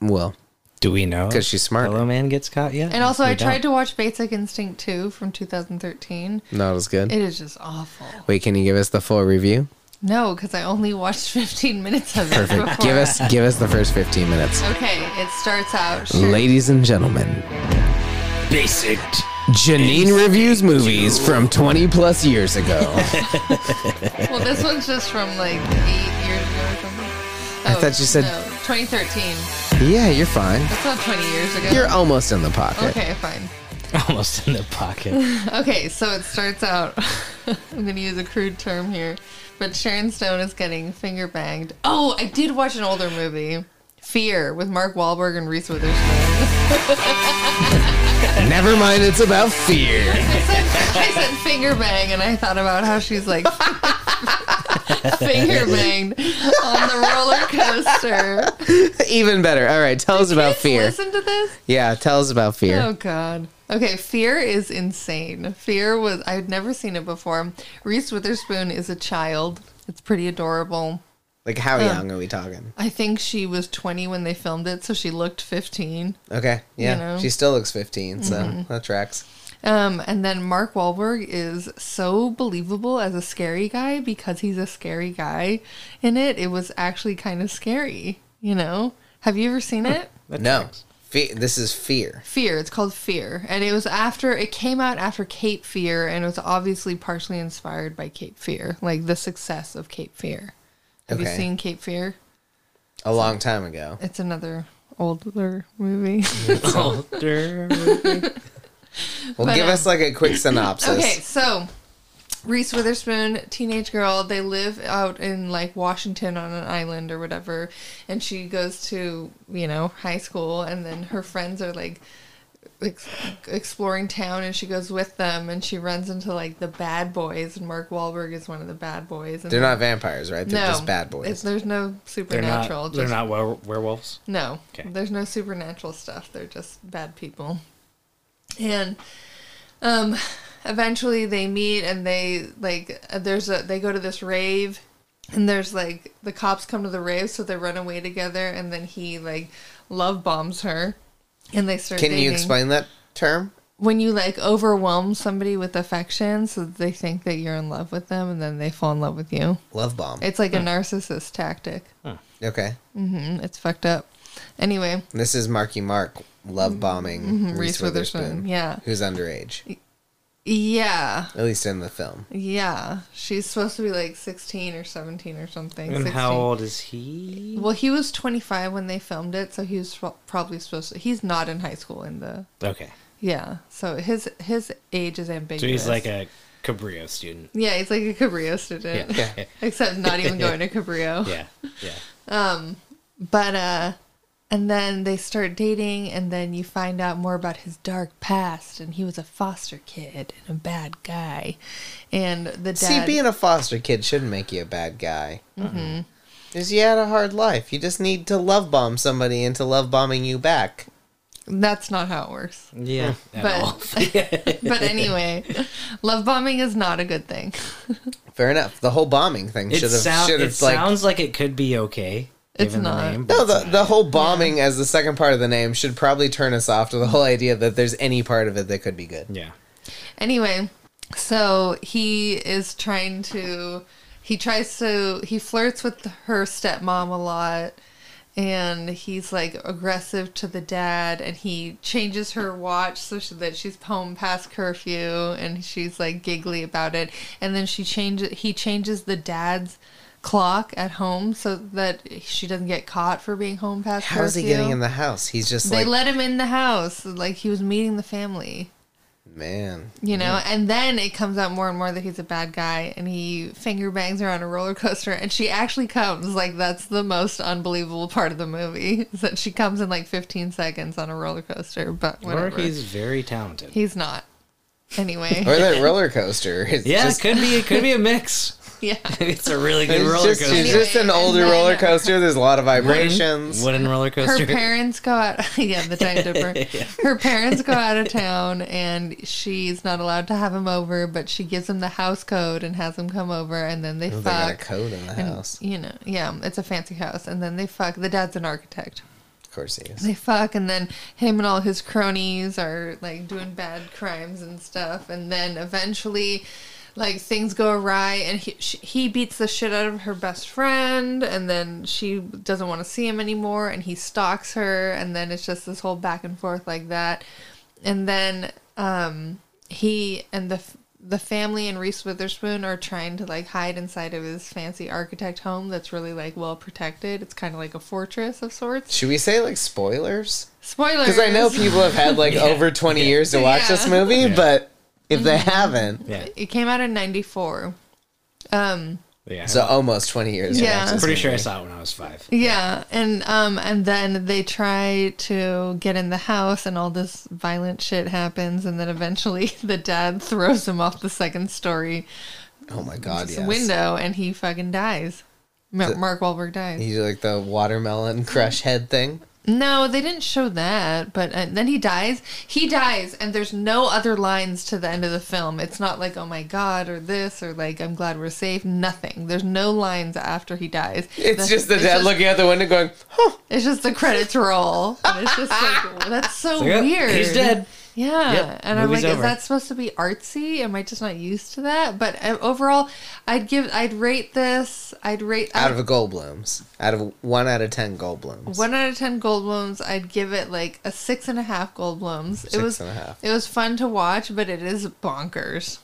Well,
Do we know?
'Cause she's smarter.
Pillow man gets caught yet?
And also,
We
I tried to
don't.
watch Basic Instinct 2 from 2013.
not as good.
It is just awful.
Wait, can you give us the full review?
No, because I only watched <laughs> 15 minutes of it.
Perfect.
before.
give us give us the first 15 minutes.
Okay, it starts out. Sure.
Ladies and gentlemen,
basic.
Janine reviews movies from 20 plus years ago.
<laughs> Well, this one's just from like eight years ago or something.
I
Oh,
thought you said-
no, 2013.
yeah, you're fine.
That's not 20 years ago.
You're almost in the pocket.
okay, fine.
<laughs> Almost in the
<laughs>
pocket.
Okay, so it starts out. <laughs> I'm going to use a crude term here, but Sharon Stone is getting finger banged. Oh, I did watch an older movie, Fear, with Mark Wahlberg and Reese Witherspoon. <laughs>
Never mind, it's about fear. <laughs>
I said, I said finger bang, and I thought about how she's like <laughs> finger banged on the roller coaster.
Even better. All right, tell us about
Kids
fear.
Listen to this.
Yeah, tell us about fear.
Oh God. Okay, Fear is insane. Fear was I'd never seen it before. Reese Witherspoon is a child. It's pretty adorable.
Like, how young are we talking?
I think she was 20 when they filmed it, so she looked 15.
Okay, yeah.
You know. Mm-hmm.
She still looks 15, so that tracks.
Um, and then Mark Wahlberg is so believable as a scary guy because he's a scary guy in it. It was actually kind of scary, you know? Have you ever seen it?
That
No,
tracks.
fe- this is fear.
Fear. It's called Fear. And it was after, it came out after Cape Fear, and it was obviously partially inspired by Cape Fear, like the success of Cape Fear. Have you
Okay.
seen Cape Fear?
A long time ago.
It's another older movie. <laughs>
<laughs> Older.
Well, give
um,
us like a quick synopsis.
Okay, so Reese Witherspoon, teenage girl, they live out in like Washington on an island or whatever, and she goes to, you know, high school and then her friends are like ex- exploring town and she goes with them and she runs into like the bad boys and Mark Wahlberg is one of the bad boys and
They're not vampires, right? They're
no,
just bad
it's-
boys.
there's no
They're not.
supernatural.
They're
just-
not were- werewolves.
no,
Okay.
there's no supernatural stuff. They're just bad people. And um, eventually they meet and they like uh, there's a they go to this rave and there's like the cops come to the rave so they run away together and then he like love bombs her and they start.
Can you
dating.
explain that term?
when you like overwhelm somebody with affection so that they think that you're in love with them and then they fall in love with you?
Love bomb.
It's like a narcissist tactic.
okay.
Mm, It's fucked up. Anyway,
This is Marky Mark love bombing Reese
Mm-hmm. Reese
Witherspoon,
Witherspoon, yeah.
who's underage,
yeah.
at least in the film.
Yeah, she's supposed to be like 16 or 17 or something.
And
16.
how old is he?
Well, he was 25 when they filmed it, so he was fro- probably supposed to. He's not in high school in the.
Okay.
Yeah, so his his age is ambiguous.
So he's like a Cabrillo student.
Yeah, he's like a Cabrillo student.
Yeah. Yeah.
<laughs> Except not
<laughs>
even going to Cabrillo.
Yeah. Yeah.
But, uh, and then they start dating, and then you find out more about his dark past, and he was a foster kid and a bad guy. And the dad.
See, being a foster kid shouldn't make you a bad guy.
Mm-hmm.
Because you had a hard life. You just need to love bomb somebody into love bombing you back.
that's not how it works.
Yeah. At
But-
all.
<laughs>
<laughs>
but anyway, love bombing is not a good thing.
Fair enough. The whole bombing thing
It,
should have
sound,
should
it
have like
sounds like it could be okay.
It's
given
not.
The name, but
no,
it's
the, the whole bombing as the second part of the name should probably turn us off to the whole idea that there's any part of it that could be good.
not. yeah.
Anyway, so he is trying to He tries to he flirts with her stepmom a lot and he's like aggressive to the dad and he changes her watch so she, that she's home past curfew and she's like giggly about it and then she changes he changes the dad's clock at home so that she doesn't get caught for being home past curfew.
How's he getting in the house? He's just
They
like,
let him in the house like he was meeting the family
man.
you know and then it comes out more and more that he's a bad guy and he finger bangs her on a roller coaster and she actually comes like that's the most unbelievable part of the movie <laughs> is that she comes in like 15 seconds on a roller coaster but
Or
whatever he's,
he's very talented.
not anyway
Or that roller coaster. It's
yeah,
just,
it could be it could
<laughs>
be a mix.
<laughs>
<laughs>
yeah
it's a really good
it's
roller
just,
coaster.
it's just an
Anyway, and
older
then- <laughs>
roller coaster. There's a lot of
Wooden,
vibrations.
wooden roller
her
coaster.
parents go out <laughs> yeah the giant dipper her parents go out of town and she's not allowed to have him over but she gives him the house code and has him come over and then they
Oh, They got a
fuck
code in the
and,
house.
you know yeah it's a fancy house and then they fuck the dad's an architect
Of course he
<laughs>
is.
they fuck and then him and all his cronies are like doing bad crimes and stuff and then eventually like things go awry and he she, he beats the shit out of her best friend and then she doesn't want to see him anymore and he stalks her and then it's just this whole back and forth like that and then um he and the f- the family and Reese Witherspoon are trying to like hide inside of his fancy architect home that's really like well protected. It's kind of like a fortress of sorts.
Should we say like spoilers?
Spoilers.
Because I know people have had
<laughs>
like over 20 years to watch this
Yeah. Mm-hmm.
movie, but if they haven't,
<laughs> yeah,
It came out in '94. Um,
yeah.
so uh, almost 20 years. to
Yeah.
watch
I'm
this
pretty
movie.
sure I saw it when I was five.
yeah, and um, and then they try to get in the house, and all this violent shit happens, and then eventually <laughs> the dad throws him off the second story
Oh my god, yes.
window, and he fucking dies. Ma- Mark Wahlberg dies.
He's like the watermelon crush head thing.
No, they didn't show that, but uh, then he dies. He dies, and there's no other lines to the end of the film. It's not like, oh my god, or this, or like, I'm glad we're safe. Nothing. There's no lines after he dies.
It's
That's-
just the
it's
dad looking out the window going, huh.
It's just the credits roll. And <laughs> it's just like, that's so
Yep,
weird.
He's dead.
Yeah.
Yep,
and I'm
movie's
like,
over.
is that supposed to be artsy? Am I just not used to that? But uh, overall, I'd give, I'd rate this, I'd rate, uh,
Out of a Goldblum's. Out of one out of 10 Goldblums.
One out of ten Goldblums, I'd give it like a six and a half Goldblums.
Six
it was
and a half.
it was fun to watch, but it is bonkers.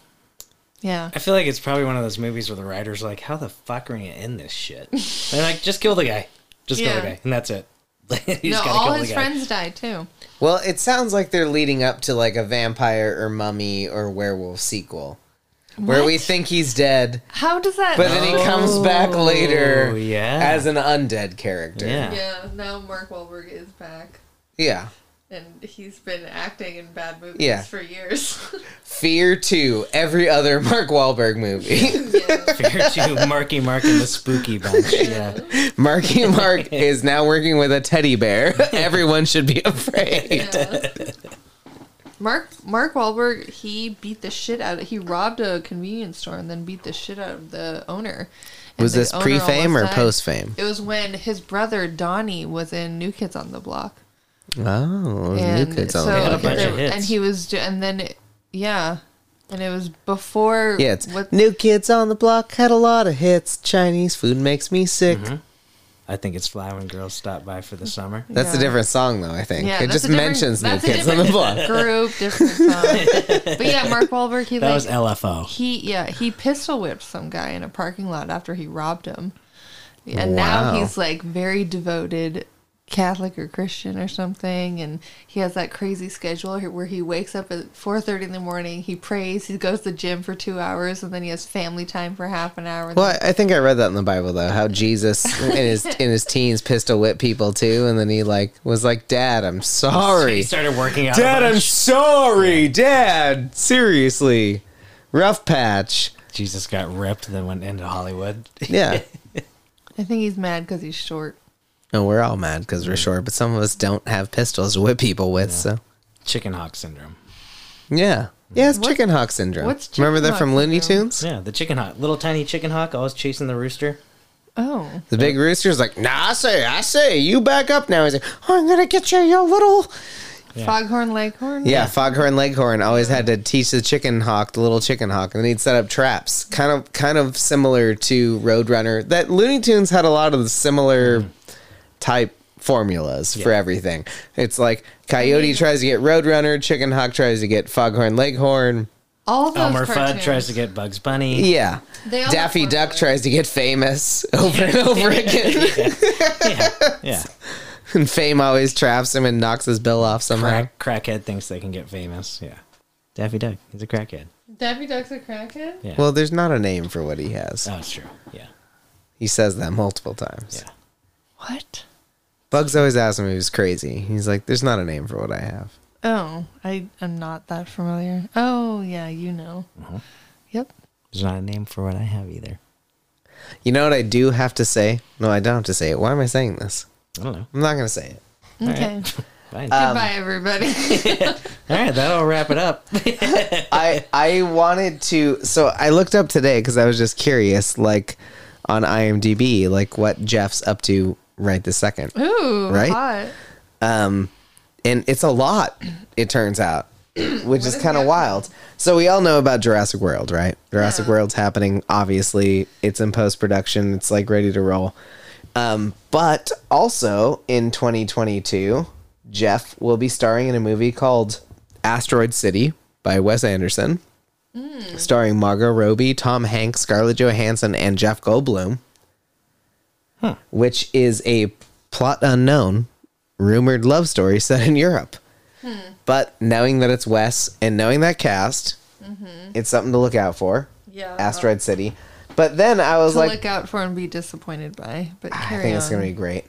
Yeah,
I feel like it's probably one of those movies where the writers are like, "How the fuck are we gonna end this shit?"
<laughs>
They're like, "Just kill the guy. Just kill the
Yeah.
guy, and that's it." <laughs> you just
no,
gotta
all
kill the
his
guy. <laughs>
friends died too.
Well, it sounds like they're leading up to like a vampire or mummy or werewolf sequel. Where we
What?
think he's dead,
How does that? Oh.
but then he comes back later
Oh, yeah.
as an undead character.
Yeah.
yeah, now Mark Wahlberg is back,
Yeah.
and he's been acting in bad movies
Yeah.
for years. <laughs>
Fear 2, every other Mark Wahlberg movie. <laughs>
yeah.
Figure to Marky Mark and the
<laughs>
Spooky Bunch. Yeah.
Marky Mark is now working with a teddy
<laughs>
bear. Everyone should be afraid.
yeah. Mark Mark Wahlberg, he beat the shit out of he robbed a convenience store and then beat the shit out of the owner. And
Was
the
this
owner
pre fame or
almost died.
post fame?
It was when his brother Donnie was in New Kids on the Block,
Oh,
and
new kids
so
on the
Had a
block.
bunch
there-
of hits.
and he was do- and then it- yeah, and it was before
Yeah, it's
what,
new kids on the block had a lot of hits. Chinese food makes me sick.
Mm-hmm. I think it's fly when girls stop by for the summer.
That's a
Yeah.
different song, though. I think
Yeah,
it
that's
just
a different-
mentions new
that's a
kids on the block.
group
<laughs>
different song. but yeah, Mark Wahlberg he
That
like
was LFO.
he yeah he pistol whipped some guy in a parking lot after he robbed him and now
Wow.
he's like very devoted catholic or christian or something and he has that crazy schedule where he wakes up at 4.30 in the morning he prays he goes to the gym for two hours and then he has family time for half an hour and
Well, I I think I read that in the Bible though. How Jesus in
<laughs>
his in his teens pistol whipped people too, and then he like was like, "Dad, I'm
He
sorry.
started working out. a
Dad, I'm
bunch.
sorry. Dad, seriously, rough
<laughs>
patch.
Jesus got ripped and then went into Hollywood. <laughs>
Yeah.
i think he's mad because he's short
No, we're all mad because we're short, but some of us don't have pistols to whip people with. So
Chicken hawk syndrome.
yeah, yeah, it's chicken hawk syndrome.
what's
Remember
chicken
that
hawk
from Looney
syndrome?
Tunes?
Yeah, the chicken hawk. Little tiny chicken hawk always chasing the rooster.
oh
The big rooster's like, "Nah, I say, I say, you back up now." He's like, "Oh, "I'm gonna get you, you little,
Foghorn Leghorn.
Yeah, Foghorn Leghorn always had to teach the chicken hawk, the little chicken hawk, and then he'd set up traps. Kind of kind of similar to Roadrunner. That Looney Tunes had a lot of the similar type formulas for everything. It's like Coyote tries to get Roadrunner, Chicken Hawk tries to get Foghorn Leghorn.
All of those
Elmer Fudd
cartoons.
tries to get Bugs Bunny. <laughs>
Yeah.
They all have
Daffy Duck
formulas.
tries to get famous <laughs> over and over again.
yeah, yeah.
and fame always traps him and knocks his bill off somehow.
Crack, crackhead thinks they can get famous. Yeah, Daffy Duck, he's a crackhead.
Daffy Duck's a crackhead.
Yeah.
Well, there's not a name for what he has.
oh, it's true. Yeah,
He says that multiple times.
yeah. What?
Bugs always asks him if he's crazy. He's like, "There's not a name for what I have."
Oh, I am not that familiar. Oh yeah, you know.
Uh-huh.
Yep.
There's not a name for what I have either.
You know what I do have to say? No, I don't have to say it. Why am I saying this?
I don't know.
I'm not gonna say it. <laughs>
Okay.
Fine.
Um,
Goodbye, everybody.
All right, that'll wrap it up. <laughs>
I I wanted to. So I looked up today because I was just curious, like on IMDb, like what Jeff's up to right this second.
Ooh,
Right?
hot.
Um, and it's a lot. It turns out, which is
is
kind of
that?
wild. So we all know about Jurassic World, right? Jurassic World's happening. Obviously, it's in post production. It's like ready to roll. Um, but also in 2022, Jeff will be starring in a movie called Asteroid City by Wes Anderson, starring Margot Robbie, Tom Hanks, Scarlett Johansson, and Jeff Goldblum, which is a plot unknown, rumored love story set in Europe.
Hmm.
But knowing that it's Wes and knowing that cast, it's something to look out for.
Mm-hmm. Yeah.
Asteroid City. But then I was
To
like, Ah,
look out for and be disappointed by. But
I
carry
think
on.
it's gonna be great.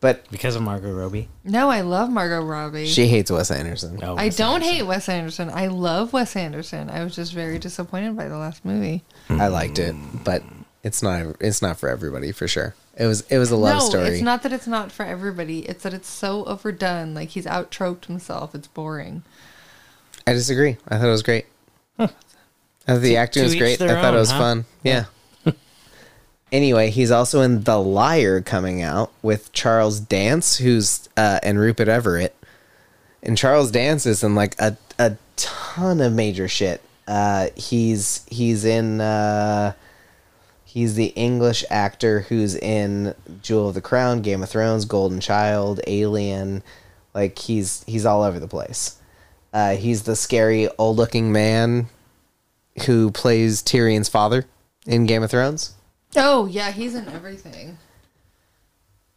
But
because of Margot Robbie.
No, I love Margot Robbie.
she hates Wes Anderson.
Oh,
I
that's
don't hate Wes Anderson. I love Wes Anderson. I was just very disappointed by the last movie.
I liked it, but it's not it's not for everybody for sure. It was it was a love
no,
story.
it's not that it's not for everybody. It's that it's so overdone. Like he's out troped himself. It's boring.
I disagree. I thought it was great. I thought the acting
to
was
each
great. I
their
thought it
own,
was
huh?
fun. Yeah. <laughs> anyway, he's also in The Liar coming out with Charles Dance, who's uh, and Rupert Everett. And Charles Dance is in like a a ton of major shit. Uh, he's he's in uh, he's the English actor who's in Jewel of the Crown, Game of Thrones, Golden Child, Alien. Like he's he's all over the place. Uh, he's the scary old looking man who plays Tyrion's father in Game of Thrones.
Oh yeah, he's in everything.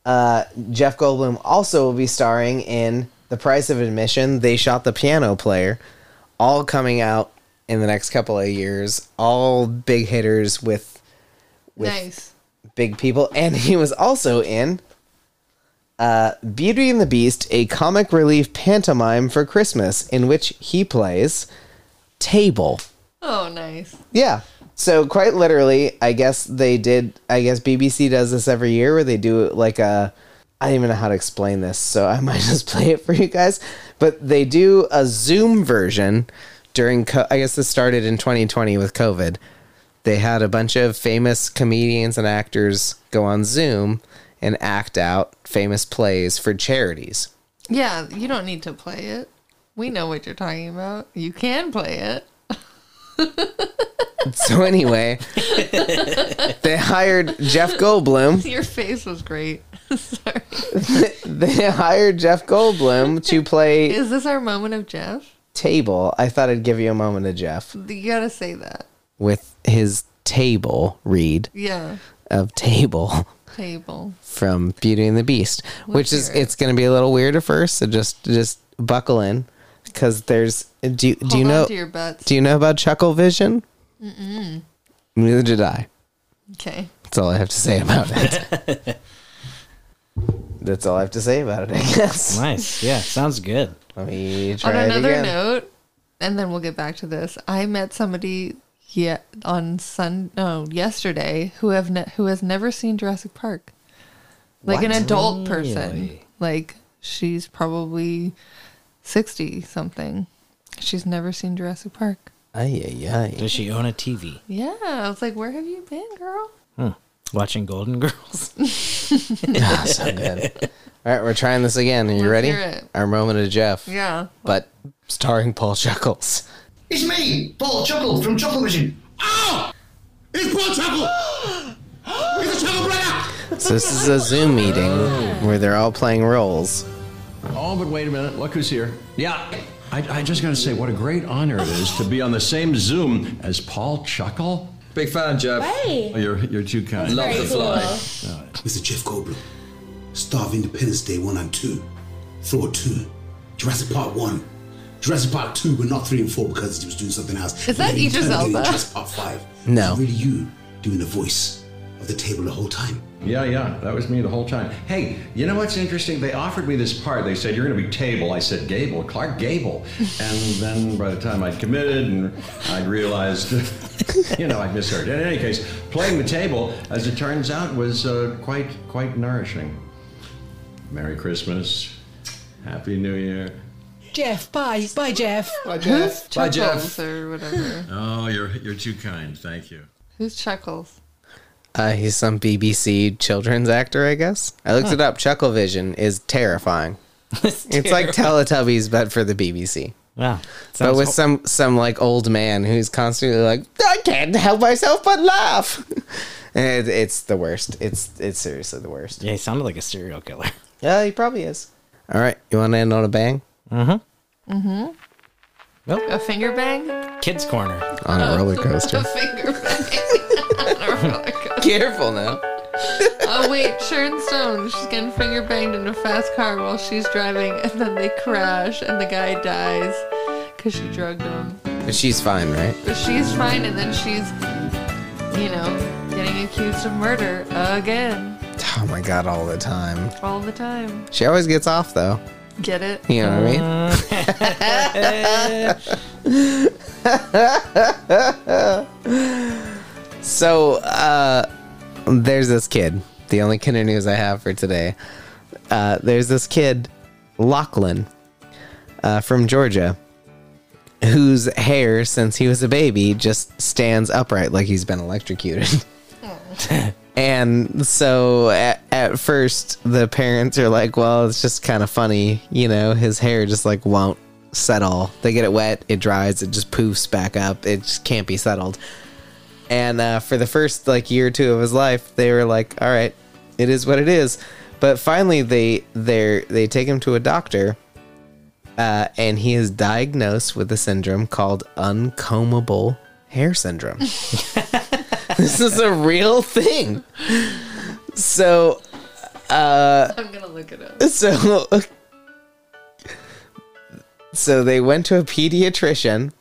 Jeff Goldblum also will be starring in The Price of Admission, They Shot the Piano Player, all coming out in the next couple of years, all big hitters with with
nice.
big people. And he was also in uh, Beauty and the Beast, a comic relief pantomime for Christmas, in which he plays Table.
Oh nice.
Yeah. So quite literally, I guess they did. I guess BBC does this every year where they do like a. I don't even know how to explain this, so I <laughs> might just play it for you guys. But they do a Zoom version during. Co- I guess this started in 2020 with COVID. They had a bunch of famous comedians and actors go on Zoom and act out famous plays for charities.
Yeah, you don't need to play it. We know what you're talking about. You can play it.
So anyway, they hired Jeff Goldblum.
Your face was great. <laughs> Sorry.
<laughs> they hired Jeff Goldblum to play
Is this our moment of Jeff?
Table. I thought I'd give you a moment of Jeff
You gotta say that.
with his table read
Yeah.
of Table <laughs>
Table.
from Beauty and the Beast, which is
hear it.
it's going to be a little weird at first, so just just buckle in cuz there's do you- do
Hold
you
on
know
to your butts.
do you know about Chuckle Vision? Mm-mm. Neither did I.
okay.
That's all I have to say about it.
<laughs>
That's all I have to say about it, I guess.
Nice. Yeah, sounds good.
Let me
On
try it
another
again.
note, and then we'll get back to this. I met somebody yeah on Sun no yesterday who have ne- who has never seen Jurassic Park, like an
What?
adult person.
Really?
Like she's probably sixty something. She's never seen Jurassic Park.
Ay, ay, ay.
Does she own a TV?
Yeah, I was like, "Where have you been, girl?"
<laughs> Watching Golden Girls?
so good. <laughs> All right, we're trying this again. Are you
Let's
ready?
hear it.
Our moment of Jeff.
Yeah.
But starring Paul Chuckles.
It's me, Paul Chuckle from Chuckle Vision.
Oh! It's Paul Chuckle! It's a Chuckle Brother!
So this is a Zoom meeting where they're all playing roles.
Oh, but wait a minute. Look who's here. Yeah. I, I just got to say, what a great honor it is to be on the same Zoom as Paul Chuckle.
Big fan, Jeff.
Oh, you're, you're too kind.
Love the fly.
Mr. Jeff Goldblum. Star of Independence Day 1 and 2. Thor 2. Jurassic Park 1. Jurassic Park 2, but not 3 and 4 because he was doing something else.
Is that
And then he
Idris
turned it into
Elba?
Jurassic Park 5.
No.
It's really you doing the voice of the table the whole time.
Yeah, yeah. That was me the whole time. Hey, you know what's interesting? They offered me this part. They said, you're going to be Table. I said, Gable, Clark Gable. And then by the time I'd committed and I'd realized, <laughs> you know, I'd misheard. In any case, playing the table, as it turns out, was uh, quite, quite nourishing. Merry Christmas. Happy New Year.
Jeff, bye. Bye, Jeff.
Who's
Bye, Jeff.
Chuckles or whatever?
Oh, you're you're too kind. Thank you.
Who's Chuckles?
Uh, he's some BBC children's actor, I guess. I looked it up. Chuckle Vision is terrifying.
<laughs> it's
It's like Teletubbies, but for the BBC.
wow.
but
Sounds
with
ho-
some some like old man who's constantly like, I can't help myself but laugh. <laughs> And it, it's the worst. It's it's seriously the worst.
yeah, he sounded like a serial killer. <laughs>
Yeah, he probably is. All right, you want to end on a bang?
A finger bang?
Kids Corner.
On a <laughs> roller
<laughs> A
coaster.
finger bang. <laughs> I don't know what I got.
Careful now.
oh wait, Sharon Stone. She's getting finger banged in a fast car while she's driving, and then they crash, and the guy dies because she drugged him.
But she's fine, right?
But she's fine, and then she's, you know, getting accused of murder again
Oh my god, all the time.
all the time.
She always gets off though.
Get it?
You know what I mean? <laughs> So, uh, there's this kid. The only kind of news I have for today. Uh, there's this kid, Lachlan, uh, from Georgia, whose hair, since he was a baby, just stands upright like he's been electrocuted. <laughs> and so at, at first, the parents are like, well, it's just kind of funny. You know, his hair just like won't settle. They get it wet, it dries, it just poofs back up. It just can't be settled. And uh, for the first like year or two of his life, they were like, "All right, it is what it is." But finally, they they they take him to a doctor, uh, and he is diagnosed with a syndrome called uncombable hair syndrome. <laughs> this is a real thing. So
I'm gonna look it up.
so so they went to a pediatrician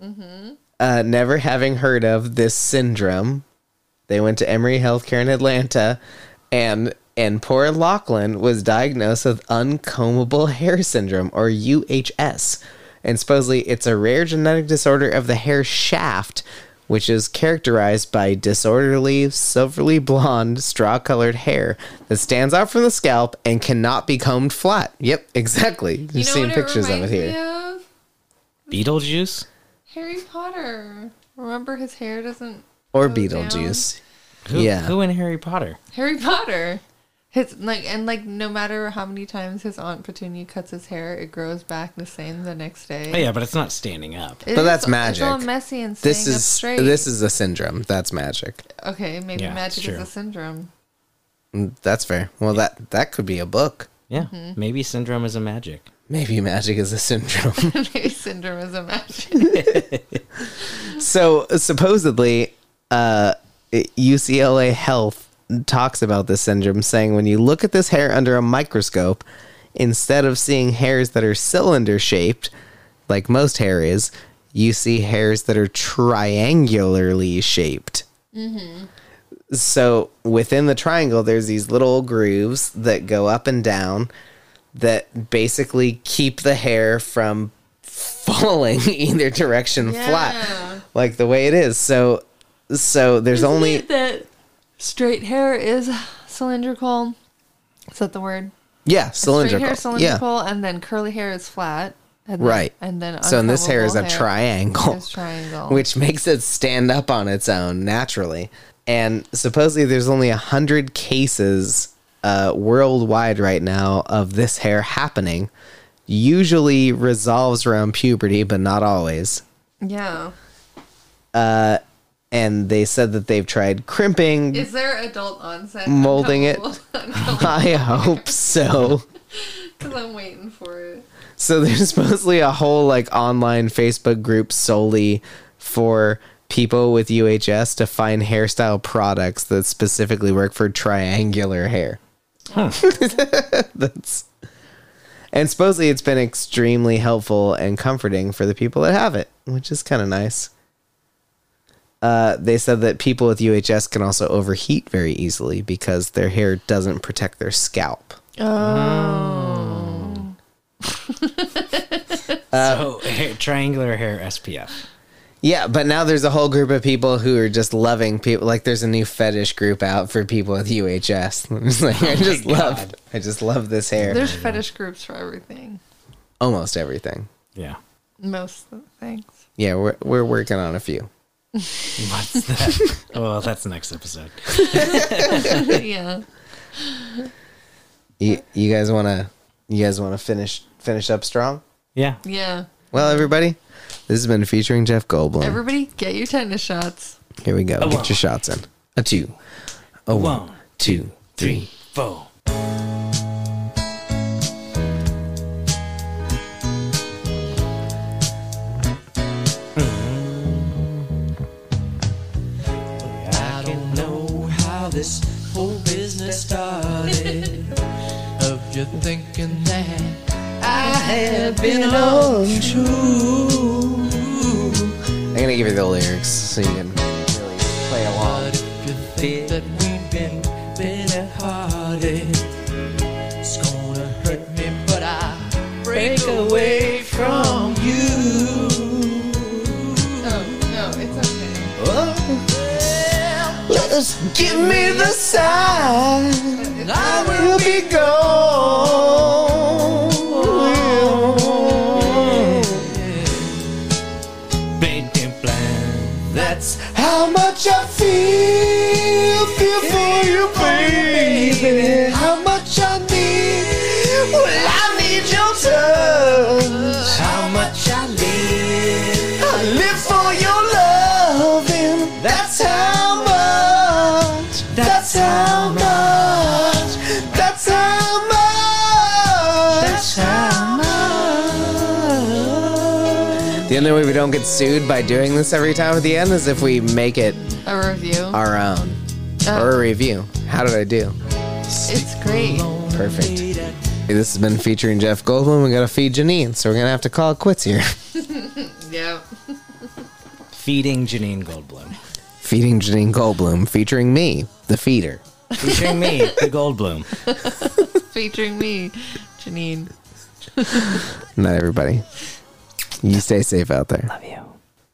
Mm-hmm.
uh, never having heard of this syndrome they went to emory healthcare in atlanta and and poor lachlan was diagnosed with uncombable hair syndrome or uhs and supposedly it's a rare genetic disorder of the hair shaft which is characterized by disorderly, silvery blonde, straw colored hair that stands out from the scalp and cannot be combed flat. Yep, exactly. You've
You know
seen
what
pictures of it
reminds
here.
me of?
Beetlejuice?
Harry Potter. Remember his hair doesn't.
or
go
Beetlejuice.
Who,
Yeah.
Who in Harry Potter?
down? Harry Potter. His like and like no matter how many times his aunt Petunia cuts his hair, it grows back the same the next day.
Oh, yeah, but it's not standing up.
It
But
is-
that's
It's all
magic.
messy and staying
This
up
is
straight.
this is a syndrome. That's magic.
okay. Maybe
Yeah,
magic
it's
is
true.
a syndrome. <laughs>
Mm, That's fair. Well, that that could be a book.
Yeah. Maybe syndrome is a magic.
Maybe magic is a syndrome. <laughs>
Maybe syndrome is a magic.
so supposedly, uh, UCLA Health talks about this syndrome, saying when you look at this hair under a microscope, instead of seeing hairs that are cylinder shaped, like most hair is, you see hairs that are triangularly shaped. So within the triangle, there's these little grooves that go up and down that basically keep the hair from falling <laughs> either direction
Yeah.
flat, like the way it is. So, so
<laughs>
there's only
that straight hair is cylindrical. Is that the word?
yeah cylindrical.
Straight hair is
Yeah,
cylindrical, and then curly hair is flat. And then-
Right.
and then
so in this hair is a
uncombable
triangle.
Is triangle.
<laughs> which makes it stand up on its own naturally. And supposedly, there's only a hundred cases uh, worldwide right now of this hair happening usually resolves around puberty, but not always.
Yeah.
And they said that they've tried crimping.
Is there adult onset?
Molding
<laughs>
it. I hope so.
Because I'm waiting for it.
So <laughs> there's mostly a whole like online Facebook group solely for people with UHS to find hairstyle products that specifically work for triangular hair. <laughs> That's and supposedly it's been extremely helpful and comforting for the people that have it, which is kind of nice. Uh, they said that people with UHS can also overheat very easily because their hair doesn't protect their scalp.
so hair, triangular hair SPF.
Yeah, but now there's a whole group of people who are just loving people. Like there's a new fetish group out for people with UHS. <laughs> I'm just like, I just love, I just love this hair.
There's fetish groups for everything.
Almost everything.
Yeah.
Most
<laughs>
things. <laughs>
Yeah, we're we're working on a few.
What's that? oh, well, that's the next episode.
yeah.
You, you guys wanna, you guys wanna finish finish up strong.
Yeah.
Yeah.
Well, everybody, this has been featuring Jeff Goldblum.
Everybody, get your tennis shots.
Here we go.
one.
Get your shots in. A two, a one,
One,
two, three.
Four.
Mm-hmm. I don't know how this whole business started. of you thinking that I had been untrue.
I'm gonna give you the lyrics so you can really play along.
But if you think that we've been bitter hearted, it's gonna hurt me, but I break away from you.
Oh, no, it's okay.
Give me the sign.
I will
be gone.
Big dim plan.
That's how much I feel, feel for you, baby. How much I need, well, I need your touch. How much I live, I live for your loving. That's how much, that's how much, that's how much, that's how much. The only way we don't get sued by doing this every time at the end is if we make it
A review.
our own or a review. How did I do?
It's great.
Perfect. Hey, this has been featuring Jeff Goldblum. We gotta feed Janine, so we're gonna have to call it quits here. <laughs>
Yeah.
Feeding Janine Goldblum.
Feeding Janine Goldblum, featuring me, the feeder.
Featuring me, the Goldblum.
Featuring me, Janine.
Not everybody. You stay safe out there. Love you.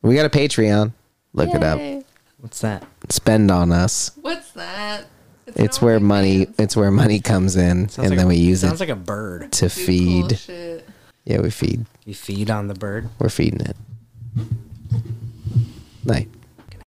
We got a Patreon. Look it up.
Yay.
What's that?
Spend on us.
What's that?
It's
an
where
OnlyFans.
money. It's where money comes in, and
like
then
a-
we use it
Sounds like a bird.
to
Do
feed.
Cool shit.
Yeah, we feed.
You feed on the bird.
We're feeding it. Night.